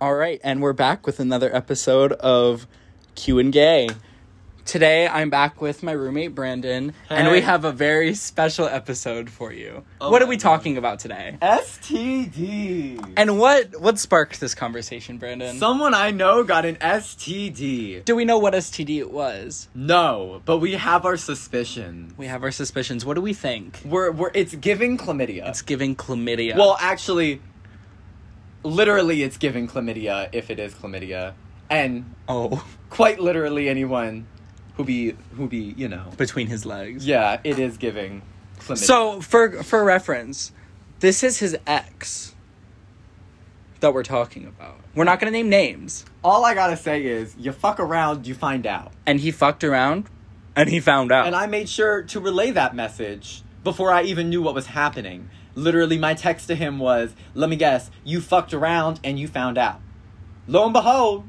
All right, and we're back with another episode of Q and Gay. Today I'm back with my roommate Brandon, and we Hey. Oh have a very special episode for you. what are my we God. talking about today? STD. And what what sparked this conversation, Brandon? Someone I know got an STD. Do we know what STD it was? No, but we have our suspicion. We have our suspicions. What do we think? We're we're it's giving chlamydia. It's giving chlamydia. well, actually, literally, it's giving chlamydia if it is chlamydia, and oh, quite literally anyone who be who be you know. between his legs. Yeah, it is giving chlamydia. So for for reference, this is his ex that we're talking about. We're not gonna name names. all I gotta say is, you fuck around, you find out. and he fucked around and he found out. And I made sure to relay that message before I even knew what was happening. Literally, my text to him was, Let me guess, you fucked around and you found out. Lo and behold,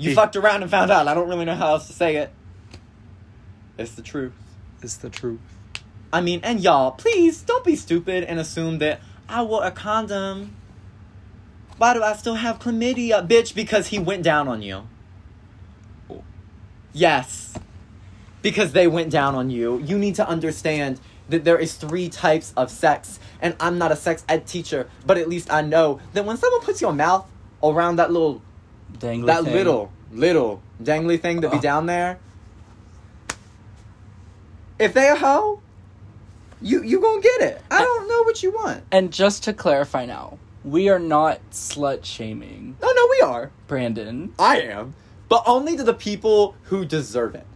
you He- fucked around and found out. I don't really know how else to say it. It's the truth. it's the truth. I mean, and y'all, please don't be stupid and assume that I wore a condom. Why do I still have chlamydia, bitch? Because he went down on you. Yes. Because they went down on you. You need to understand that there is three types of sex, and I'm not a sex ed teacher, but at least I know that when someone puts your mouth around that little Dangly that thing. little, little dangly thing that be Ugh. down there. If they a hoe, you you gonna get it. I don't know what you want. And just to clarify now, we are not slut shaming No, no, we are. Brandon. I am, but only to the people who deserve it.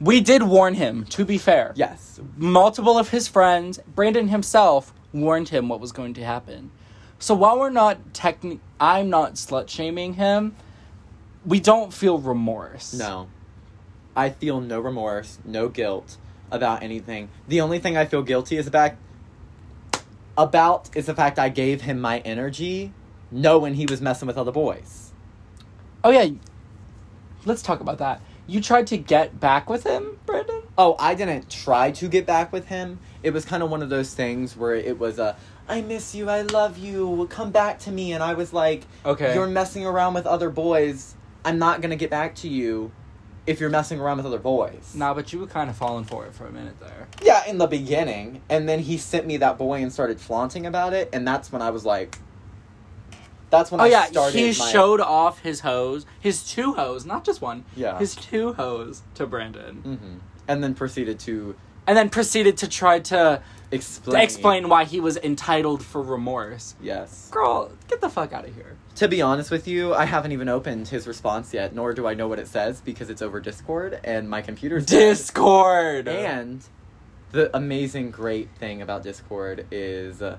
We did warn him, to be fair. Yes, Multiple of his friends, Brandon himself, warned him what was going to happen. So while we're not techni- I'm not slut shaming him, we don't feel remorse. No. I feel no remorse, no guilt about anything. The only thing I feel guilty is about about is the fact I gave him my energy knowing he was messing with other boys. Oh yeah. Let's talk about that. You tried to get back with him, Brandon? Oh, I didn't try to get back with him. It was kind of one of those things where it was a I miss you, I love you, come back to me and I was like, Okay. you're messing around with other boys. I'm not going to get back to you if you're messing around with other boys. Nah, but you were kind of falling for it for a minute there. Yeah, in the beginning. And then he sent me that boy and started flaunting about it. And that's when I was like, that's when oh I yeah, started. he my- showed off his hose, his two hose, not just one. Yeah. his two hose to Brandon, Mhm. And then proceeded to and then proceeded to try to explain. explain why he was entitled for remorse. Yes. Girl, get the fuck out of here. To be honest with you, I haven't even opened his response yet, nor do I know what it says because it's over Discord and my computer's. dead. Discord. And the amazing, great thing about Discord is uh,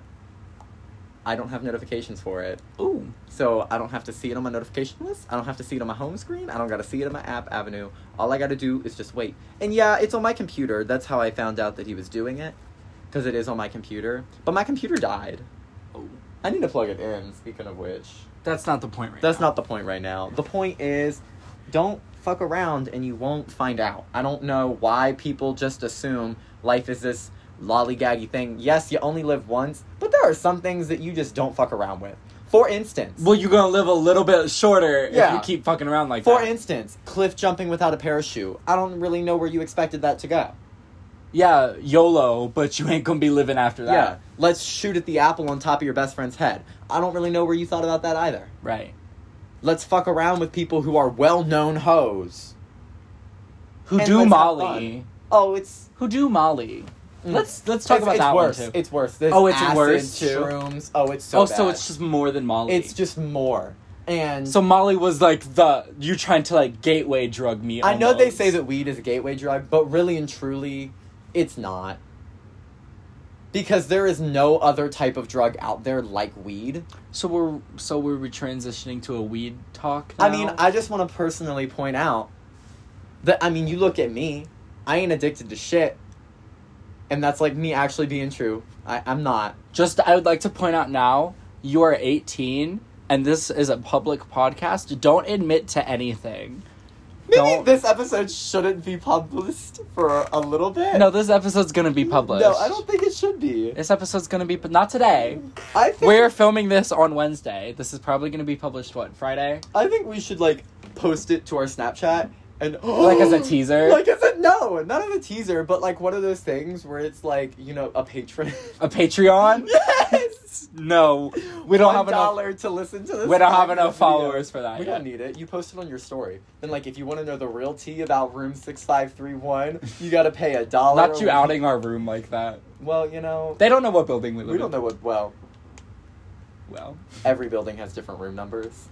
I don't have notifications for it. ooh, So I don't have to see it on my notification list. I don't have to see it on my home screen. I don't gotta see it on my app avenue. All I gotta do is just wait. And yeah, it's on my computer. That's how I found out that he was doing it, because it is on my computer. But my computer died. oh, I need to plug it in. Speaking of which, that's not the point right that's now. not the point right now. The point is, don't fuck around and you won't find out. I don't know why people just assume life is this lollygaggy thing. Yes, you only live once, but there are some things that you just don't fuck around with. For instance. Well, you're gonna live a little bit shorter Yeah. if you keep fucking around like For that. instance, cliff jumping without a parachute. I don't really know where you expected that to go. yeah, YOLO, but you ain't gonna be living after that. Yeah. Let's shoot at the apple on top of your best friend's head. I don't really know where you thought about that either. Right. Let's fuck around with people who are well known hoes. Who And do let's have Molly? fun. Oh, it's. Who do Molly? Mm. Let's let's talk it's, about it's that worse. one too. It's worse. There's Oh, it's acid, worse, too? Shrooms. Oh, it's so. oh, so bad. it's just more than Molly. It's just more. And so Molly was like the you trying to like gateway drug me. I know they almost. say that weed is a gateway drug, but really and truly, it's not. Because there is no other type of drug out there like weed. So we're so we're we transitioning to a weed talk. I mean, now? I just want to personally point out that, I mean, you look at me, I ain't addicted to shit. And that's like me actually being true. I, I'm not. just I would like to point out now you are eighteen and this is a public podcast. Don't admit to anything. Maybe Don't- this episode shouldn't be published for a little bit. No, this episode's gonna be published. No, I don't think it should be. This episode's gonna be, but not today. I think We're filming this on Wednesday. This is probably gonna be published what Friday, I think we should like post it to our Snapchat and like as a teaser. Like as a no, not as a teaser, but like one of those things where it's like you know a patron. a Patreon? yes. No, we don't One have enough. dollar to listen to this. We don't have enough podcast. followers for that. We yet. don't need it. You post it on your story. Then, like, if you want to know the real tea about room six five three one, you gotta pay a dollar. Not a you week. outing our room like that. Well, you know, They don't know what building we live we don't in. know what. Well, Well, every building has different room numbers,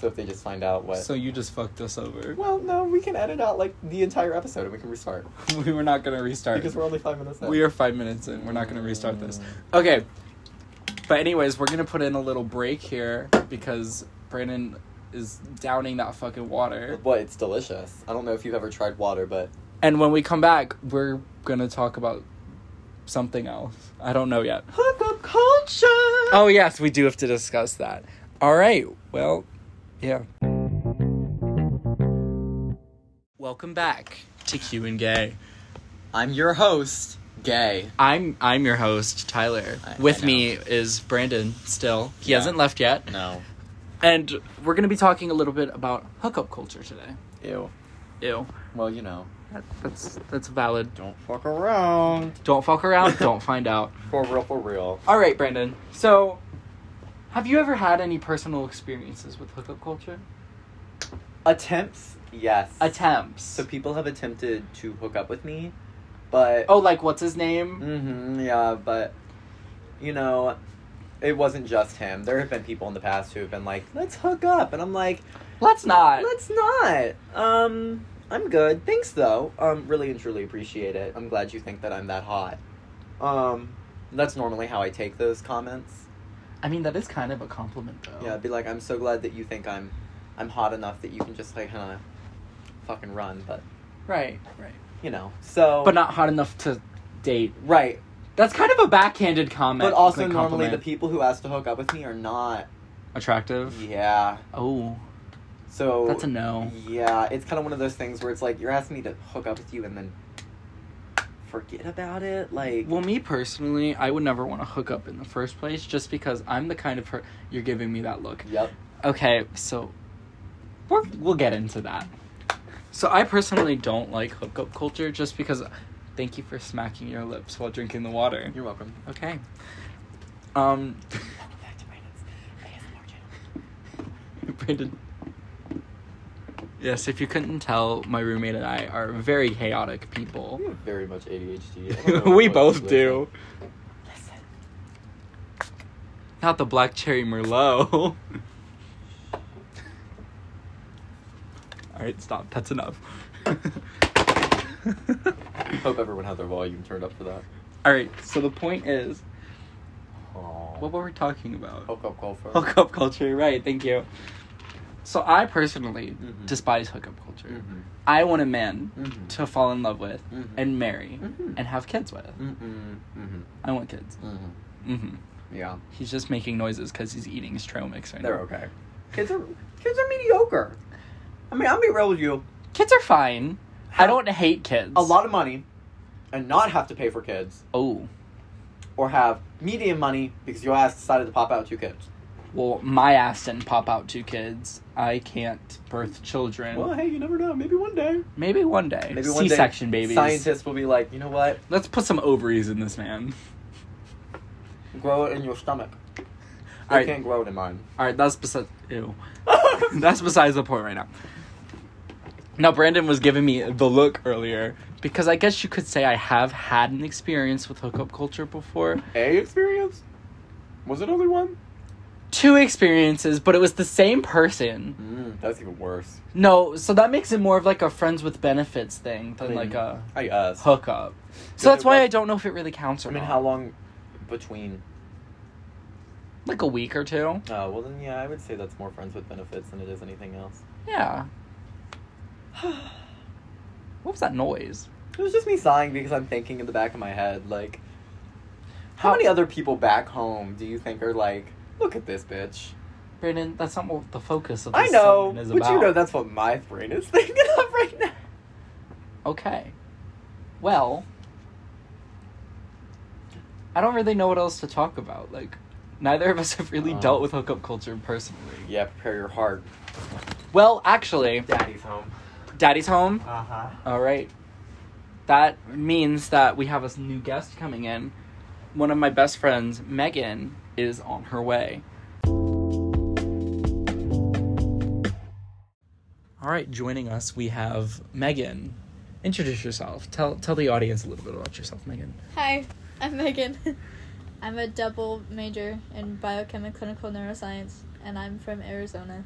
so if they just find out what. so you just fucked us over. well, no, we can edit out like the entire episode and we can restart we were not gonna restart. because we're Mm. only five minutes. in. We are five minutes in. We're not going to restart this. Okay. But, anyways, we're going to put in a little break here because Brandon is downing that fucking water. But it's delicious. I don't know if you've ever tried water, but And when we come back, we're going to talk about something else. I don't know yet. hookup culture. Oh, yes, we do have to discuss that. All right. Well, yeah. Welcome back to Q and Gay. I'm your host, Gay. I'm I'm your host, Tyler. I- I With know. me is Brandon still. He Yeah. hasn't left yet. No. And we're going to be talking a little bit about hookup culture today. Ew. Ew. Well, you know, That, that's that's valid. don't fuck around. Don't fuck around, don't find out. For real, for real. All right, Brandon. So, have you ever had any personal experiences with hookup culture? Attempts, yes. Attempts. so people have attempted to hook up with me, but oh, like what's his name? hmm yeah, but you know, it wasn't just him. There have been people in the past who have been like, "Let's hook up," and I'm like, Let's not. "Let's not." Um, I'm good. Thanks though. Um, really and truly appreciate it. I'm glad you think that I'm that hot. Um, that's normally how I take those comments. I mean, that is kind of a compliment though. Yeah, I'd be like, I'm so glad that you think I'm, I'm hot enough that you can just like, kind of, fucking run. But Right. Right. you know, so But not hot enough to date. right. That's kind of a backhanded comment. But also like, normally the compliment. people who ask to hook up with me are not. attractive. Yeah. Oh, So that's a no. Yeah, it's kind of one of those things where it's like you're asking me to hook up with you and then forget about it. Like, Well, me personally, I would never want to hook up in the first place just because I'm the kind of per- you're giving me that look. yep. Okay, so we're, we'll get into that. So I personally don't like hookup culture just because thank you for smacking your lips while drinking the water. You're welcome. Okay. Um Back to Brandon's ASMR channel. Brandon Yes, if you couldn't tell, my roommate and I are very chaotic people. We have very much ADHD. I don't know we what both you do. listen. Not the black cherry merlot. All right, stop. That's enough. Hope everyone had their volume turned up for that. All right, so the point is, what Aww. were we talking about? Hook up call for. Hookup culture, right? Thank you. So I personally Mhm. despise hookup culture. Mhm. I want a man Mhm. to fall in love with Mhm. and marry Mhm. and have kids with. Mm-mm. Mm-hmm. I want kids. Mm-hmm. hmm Yeah. He's just making noises because he's eating his trail mix right now. They're okay. Kids are kids are mediocre. I mean, I'll be real with you. Kids are fine. I Have don't hate kids. A lot of money, and not have to pay for kids, Oh. or have medium money because your ass decided to pop out two kids. Well, my ass didn't pop out two kids. I can't birth children. Well, hey, you never know. Maybe one day. Maybe one day. Maybe one day. C-section babies. Scientists will be like, you know what? Let's put some ovaries in this man. Grow it in your stomach. I Alright. can't grow it in mine. All right, that's besides. Ew. that's besides the point right now. Now, Brandon was giving me the look earlier because I guess you could say I have had an experience with hookup culture before. A experience? Was it only one? Two experiences, but it was the same person. Mm, that's even worse. No, so that makes it more of like a friends with benefits thing than I mean, like a I guess. hookup. So Yeah, that's it why was- I don't know if it really counts or I mean, not. how long between? like a week or two. Uh, well, then, yeah, I would say that's more friends with benefits than it is anything else. Yeah. What was that noise? It was just me sighing because I'm thinking in the back of my head, like, how How- many other people back home do you think are like, look at this bitch? Brandon, that's not what the focus of this I know, segment but is you about. know that's what my brain is thinking of right now. Okay. Well, I don't really know what else to talk about. Like, neither of us have really Um, dealt with hookup culture personally. Yeah, prepare your heart. Well, actually, Daddy's home. Daddy's home. Uh huh. All right. That means that we have a new guest coming in. One of my best friends, Megan, is on her way. All right, joining us, we have Megan. Introduce yourself. Tell tell the audience a little bit about yourself, Megan. Hi, I'm Megan. I'm a double major in biochem and clinical neuroscience, and I'm from Arizona.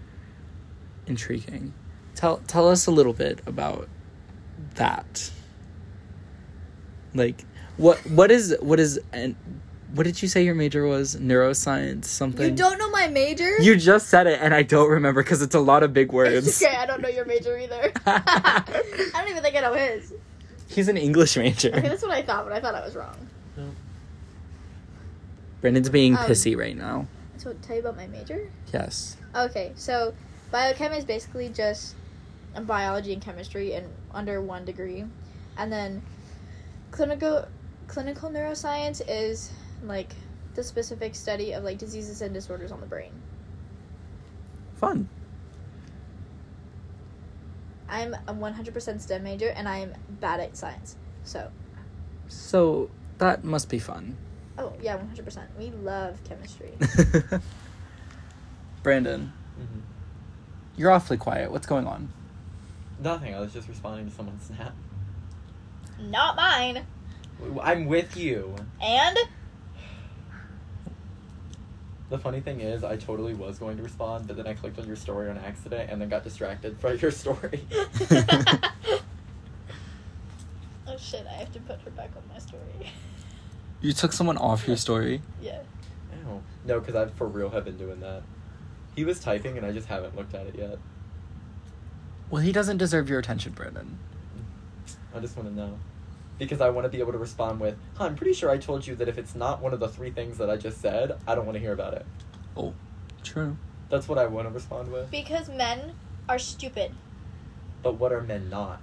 Intriguing. Tell tell us a little bit about that. Like what what is what is and what did you say your major was? Neuroscience something. You don't know my major? You just said it and I don't remember cuz it's a lot of big It's words. okay, I don't know your major either. I don't even think I know his. He's an English Okay, major. that's what I thought, but I thought I was wrong. Brandon's being Um, pissy right now. So, tell you about my major? Yes. Okay, so biochem is basically just biology and chemistry in under one degree, and then clinical clinical neuroscience is like the specific study of like diseases and disorders on the brain. Fun. I'm a 100% STEM major, and I'm bad at science. So, So that must be fun. oh yeah, 100%. We love chemistry. Brandon, Mm-hmm. you're awfully quiet. What's going on? Nothing. I was just responding to someone's snap. Not mine. W- I'm with you. And The funny thing is, I totally was going to respond, but then I clicked on your story on accident and then got distracted by your story. oh shit, I have to put her back on my story. You took someone off your story. Yeah. Ow. No, because I for real have been doing that. He was typing and I just haven't looked at it yet. Well, he doesn't deserve your attention, Brandon. I just want to know. Because I want to be able to respond with, huh, I'm pretty sure I told you that if it's not one of the three things that I just said, I don't want to hear about it. Oh, true. That's what I want to respond with. Because men are stupid. But what are men not?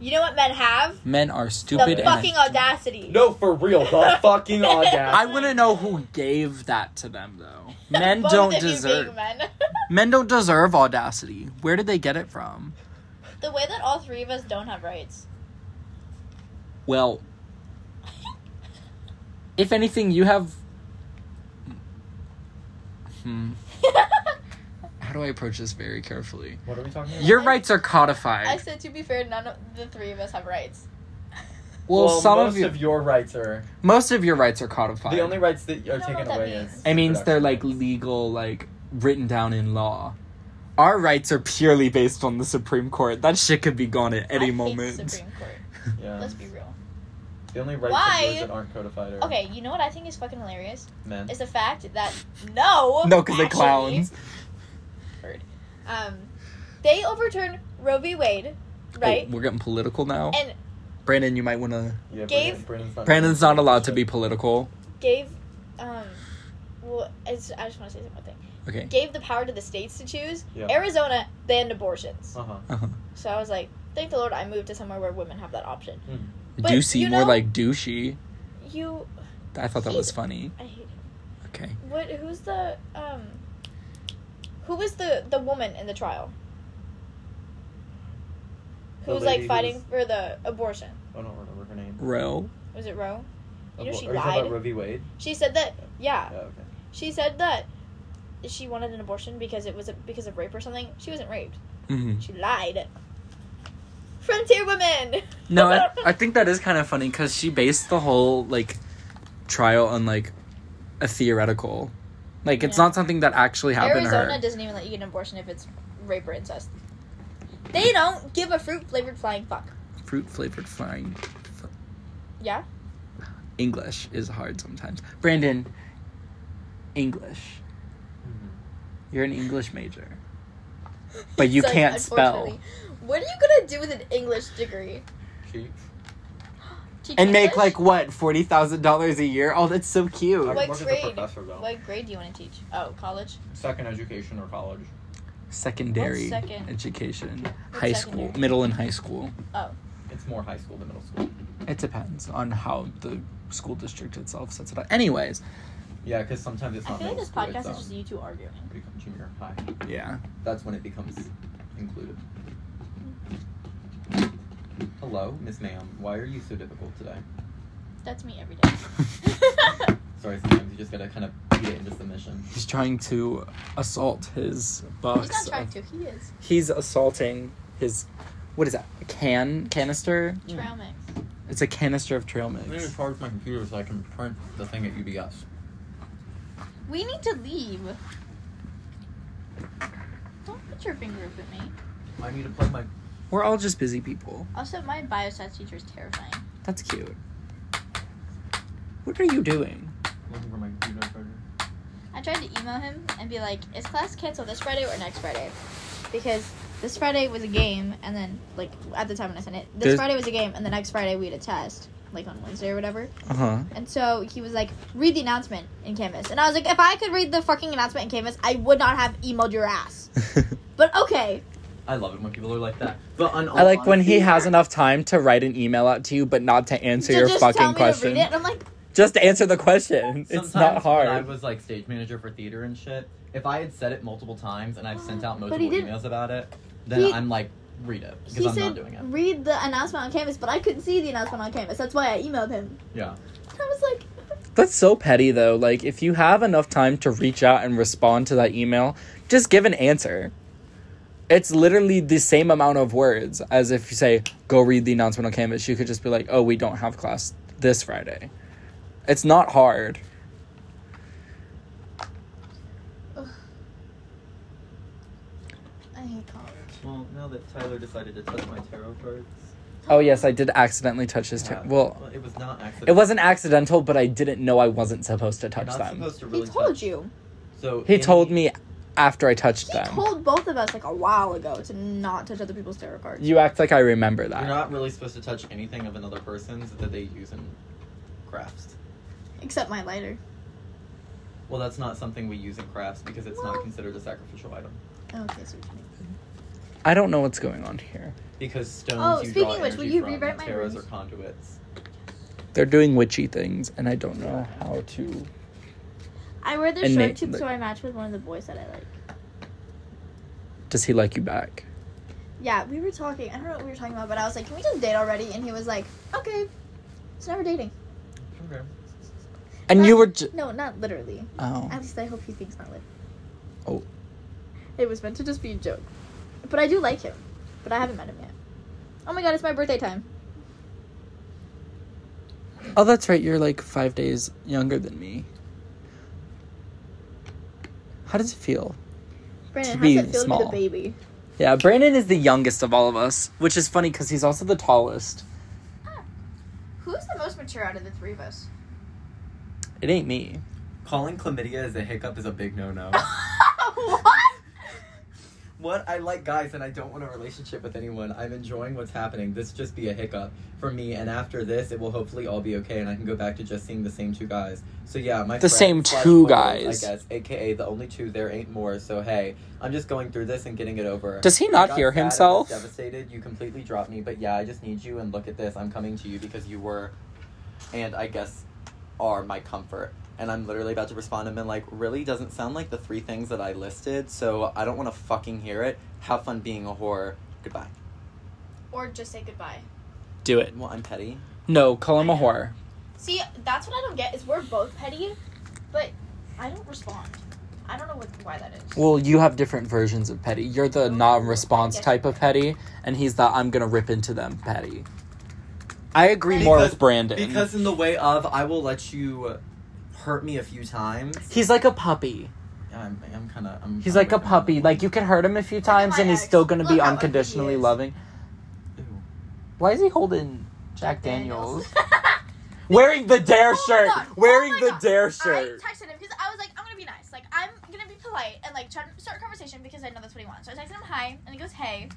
You know what men have? Men are stupid. and- the fucking audacity. No, for real, the fucking I audacity. want to know who gave that to them, though. Men Both don't of you deserve. being men. Men don't deserve audacity. Where did they get it from? the way that all three of us don't have rights. Well, if anything, you have. Hmm. How do I approach this very carefully? What are we talking about? Your I- rights are codified. I said to be fair, none of the three of us have rights. well, some most of, you, your rights are most of your rights are codified. the only rights that are know taken what that away. means. Is It means they're like reproduction rights. legal, like written down in law. Our rights are purely based on the Supreme Court. That shit could be gone at I any hate moment. Supreme Court. Yeah. Let's be real. The only rights Why? of those that aren't codified Um, are Okay, you know what I think is fucking hilarious? men. Is the fact that no, No, because they actually, clowns. Um, they overturned Roe v. Wade, right? Oh, we're getting political now. And Brandon, you might want to. Yeah, Gave- Brandon's not, Brandon's not allowed to be political. gave, um, well, it's, I just want to say one thing. Okay. Gave the power to the states to choose. Yeah. Arizona banned abortions. Uh huh. Uh-huh. So I was like, thank the Lord I moved to somewhere where women have that option. Hmm. But Juicy, you more know- like douchey. You, I thought that was funny. I hate Okay. What? Who's the um? Who was the the woman in the trial? Who The was like lady who fighting was- for the abortion? I don't remember her name. Roe. Was it Roe? You know Abo- she are you talking lied. about Roe v. Wade? She said that. Yeah, Yeah, okay. she said that she wanted an abortion because it was a, because of rape or something. She wasn't raped. hmm She lied. Frontier women. No, I, I think that is kind of funny because she based the whole like trial on like a theoretical. Like it's Yeah. not something that actually happened to her. Arizona doesn't even let you get an abortion if it's rape or incest. They don't give a fruit flavored flying fuck. fruit flavored flying. Yeah. English is hard sometimes. Brandon, English. Mm-hmm. You're an English major. But you It's like, can't spell. unfortunately. What are you gonna do with an English degree? She, Teach and make English? like what forty thousand dollars a year. Oh, that's so cute. What Work as a grade? professor, though. What grade do you want to teach? Oh, college. Second education or college. Secondary What's second? education, What's high secondary? school, middle and high school. Oh. It's more high school than middle school. It depends on how the school district itself sets it up. Anyways, Yeah, because sometimes it's I not feel like middle this school. podcast it's, is just um, you two arguing. become junior high. yeah. That's when it becomes included. Hello, Miss Ma'am. Why are you so difficult today? That's me every day. Sorry, sometimes you just gotta kind of beat it into submission. He's trying to assault his He's not box. trying uh, of- to. He is. He's assaulting his. What is that? A can canister? Hmm. Trail mix. It's a canister of trail I'm gonna mix. charge my computer so I can print the thing at UBS. We need to leave. Don't put your finger up at me. I need to plug my. We're all just busy people. Also, my biostats teacher is terrifying. That's cute. What are you doing? Looking for my computer charger. I tried to email him and be like, "Is class canceled this Friday or next Friday?" Because this Friday was a game, and then like at the time when I sent it, this There's- Friday was a game, and the next Friday we had a test, like on Wednesday or whatever. Uh huh. And so he was like, "Read the announcement in Canvas," and I was like, "If I could read the fucking announcement in Canvas, I would not have emailed your ass." But okay, I love it when people are like that. But on I like when he has enough time to write an email out to you, but not to answer to your just tell fucking me question. to read it, and I'm like, Just answer the question. it's Sometimes not When I hard. was like stage manager for theater and shit, if I had said it multiple times and I've sent out But multiple he didn't- emails about it, then He- I'm like, read it because he I'm said, not doing it. "Read the announcement on Canvas," but I couldn't see the announcement on Canvas. That's why I emailed him. Yeah. I was like, That's so petty though. Like if you have enough time to reach out and respond to that email, just give an answer. It's literally the same amount of words as if you say, go read the announcement on Canvas. You could just be like, oh, we don't have class this Friday. It's not hard. "I hate college." Well, now that Tyler decided to touch my tarot cards, Oh, yes, I did accidentally touch his. T- well, it was not accidental. it wasn't accidental, but I didn't know I wasn't supposed to You're touch not them. supposed to really he told touch- you. So He in- told me after I touched He them. told both of us like a while ago to not touch other people's tarot cards. you act like I remember that. you're not really supposed to touch anything of another person's that they use in crafts. Except my lighter. Well, that's not something we use in crafts because it's Well- not considered a sacrificial item. Oh, Okay, so what you mean. I don't know what's going on here. Because stones Oh, you speaking draw of which, will energy you from, rewrite my tarots runes? are conduits. They're doing witchy things, and I don't know how to. I wear the And short Nate- tube so I match with one of the boys that I like. Does he like you back? Yeah, we were talking. I don't know what we were talking about, but I was like, "Can we just date already?" And he was like, "Okay." So now we're dating. Okay. And Not- you were. J- No, not literally. oh. At least I hope he thinks not literally. Oh. It was meant to just be a joke, but I do like him. But I haven't met him yet. Oh my god, it's my birthday time. Oh, that's right. You're like five days younger than me. How does it feel? Brandon, To how does be it feel small. to be the baby? Yeah, Brandon is the youngest of all of us, which is funny because he's also the tallest. Ah, Who's the most mature out of the three of us? It ain't me. Calling chlamydia as a hiccup is a big no-no. what? What I like guys and I don't want a relationship with anyone. I'm enjoying what's happening. This just be a hiccup for me and after this it will hopefully all be okay and I can go back to just seeing the same two guys. So yeah, my The friends same slash two buddies, guys. I guess, aka the only two there ain't more. So hey, I'm just going through this and getting it over. Does he I not got hear sad, I was himself? Devastated. You completely dropped me, but yeah, I just need you and look at this. I'm coming to you because you were and I guess are my comfort. And I'm literally about to respond and been like, really doesn't sound like the three things that I listed, so I don't want to fucking hear it. Have fun being a whore. Goodbye. Or just say goodbye. Do it. Well, I'm petty. No, call him a whore. See, that's what I don't get is we're both petty, but I don't respond. I don't know what, why that is. Well, you have different versions of petty. You're Oh, the non-response type of petty, and he's the I'm gonna rip into them petty. I agree more Because- with Brandon Because in the way of, I will let you hurt me a few times. he's like a puppy. I'm, I'm kind of. I'm He's kinda like a with him. puppy. Like you can hurt him a few times, my and he's ex. still gonna be Look how ugly he unconditionally is. loving. Ew. Why is he holding Jack Daniels? Wearing the Dare Oh my shirt. God. Wearing Oh my the God. Dare I shirt. texted him because I was like, I'm gonna be nice. Like I'm gonna be polite and like try to start a conversation because I know that's what he wants. So I texted him hi and he goes, Hey.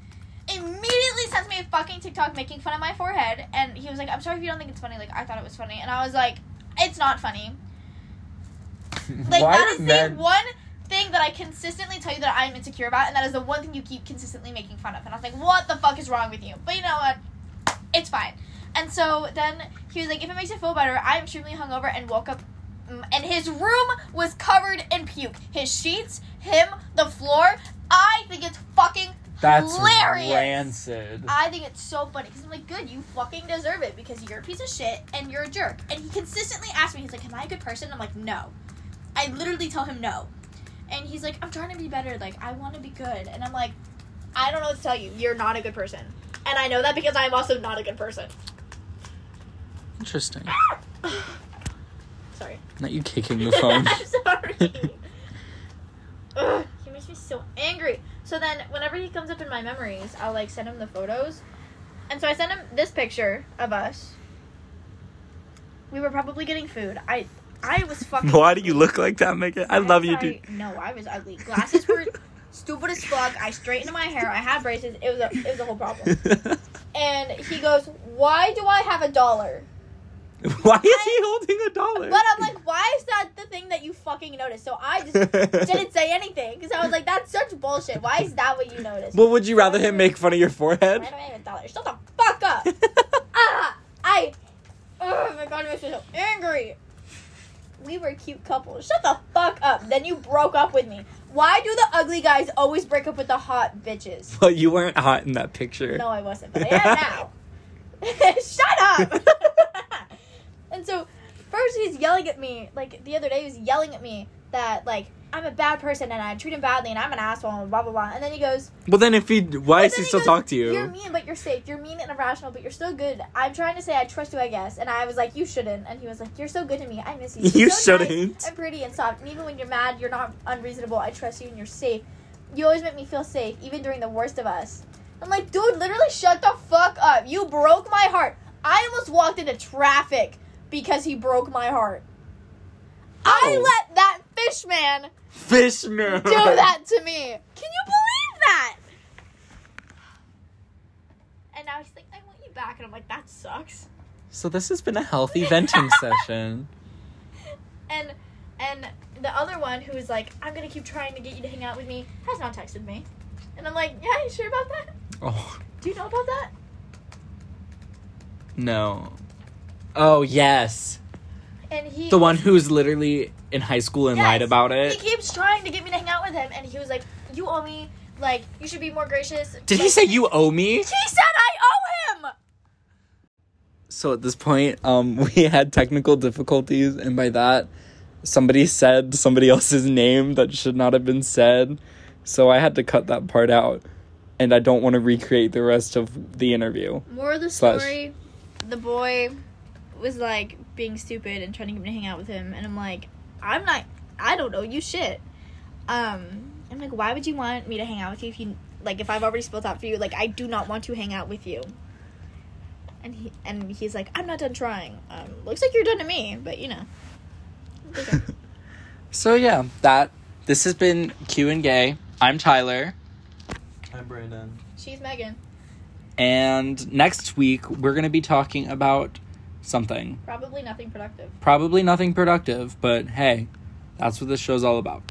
immediately sends me a fucking TikTok making fun of my forehead, and he was like, "I'm sorry if you don't think it's funny." Like I thought it was funny, and I was like, "It's not funny." Like Why that are is men- the one thing that I consistently tell you that I'm insecure about, and that is the one thing you keep consistently making fun of. And I was like, "What the fuck is wrong with you?" But you know what? It's fine. And so then he was like, "If it makes you feel better, I'm extremely hungover and woke up." mm, And his room was covered in puke. His sheets, him, the floor. I think it's fucking That's hilarious. rancid. I think it's so funny because I'm like, good, you fucking deserve it because you're a piece of shit and you're a jerk. And he consistently asks me, he's like, am I a good person? I'm like, no. I literally tell him no. And he's like, I'm trying to be better. Like, I want to be good. And I'm like, I don't know what to tell you. You're not a good person. And I know that because I'm also not a good person. Interesting. Sorry. Not you kicking the phone. I'm sorry. Ugh, he makes me so angry. So then, whenever he comes up in my memories, I'll like send him the photos. And so I sent him this picture of us. We were probably getting food. I I was fucking. Why do you look like that, Megan? I I'm love you, sorry. dude. No, I was ugly. Glasses were stupid as fuck. I straightened my hair. I had braces. It was a it was a whole problem. And he goes, "Why do I have a dollar?" Why is he holding a dollar? But I'm like, "Why is that the thing that you fucking noticed?" So I just didn't say anything because I was like, "That's such bullshit. Why is that what you noticed?" Well, would you rather him make fun of your Why forehead? do I have a dollar? Shut the fuck up! ah, I. Oh my god, it makes me so angry. We were a cute couple. Shut the fuck up. Then you broke up with me. Why do the ugly guys always break up with the hot bitches? well, you weren't hot in that picture. No, I wasn't, but I am now. Shut up! and so, first he's yelling at me, like the other day, he was yelling at me that, like, I'm a bad person and I treat him badly and I'm an asshole and blah blah blah. And then he goes, Well, then if he, why but is then he he still goes, talk to You're you? mean, but you're safe. You're mean and irrational, but you're still good. I'm trying to say I trust you, I guess. And I was like, you shouldn't. And he was like, you're so good to me. I miss you. You You're so nice shouldn't. and pretty and soft. And even when you're mad, you're not unreasonable. I trust you and you're safe. You always make me feel safe, even during the worst of us. I'm like, dude, literally shut the fuck up. You broke my heart. I almost walked into traffic because he broke my heart. I Ow. let that fish man Fish man. do that to me. Can you believe that? And now he's like, I want you back. And I'm like, that sucks. So this has been a healthy venting session. And and the other one who is like, I'm gonna keep trying to get you to hang out with me, has not texted me. And I'm like, Yeah, you sure about that? Oh Do you know about that? no. Oh yes, And he the one who's literally in high school and Yes. lied about he it. keeps trying to get me to hang out with him and he was like, You owe me, like, you should be more gracious. Did he Like- say you owe me? He said I owe him! So at this point, um, we had technical difficulties, and by that, somebody said somebody else's name that should not have been said. So I had to cut that part out, and I don't want to recreate the rest of the interview. More of the Slash. story, the boy was like being stupid and trying to get me to hang out with him, and I'm like, I'm not, I don't know you shit. Um, I'm like, why would you want me to hang out with you if you like if I've already spilled out for you? Like, I do not want to hang out with you. And he and he's like, I'm not done trying. Um, looks like you're done to me, but you know. So yeah, that this has been Q and Gay. I'm Tyler, I'm Brandon. She's Megan, and next week we're gonna be talking about something. probably nothing productive. Probably nothing productive, but hey, that's what this show's all about.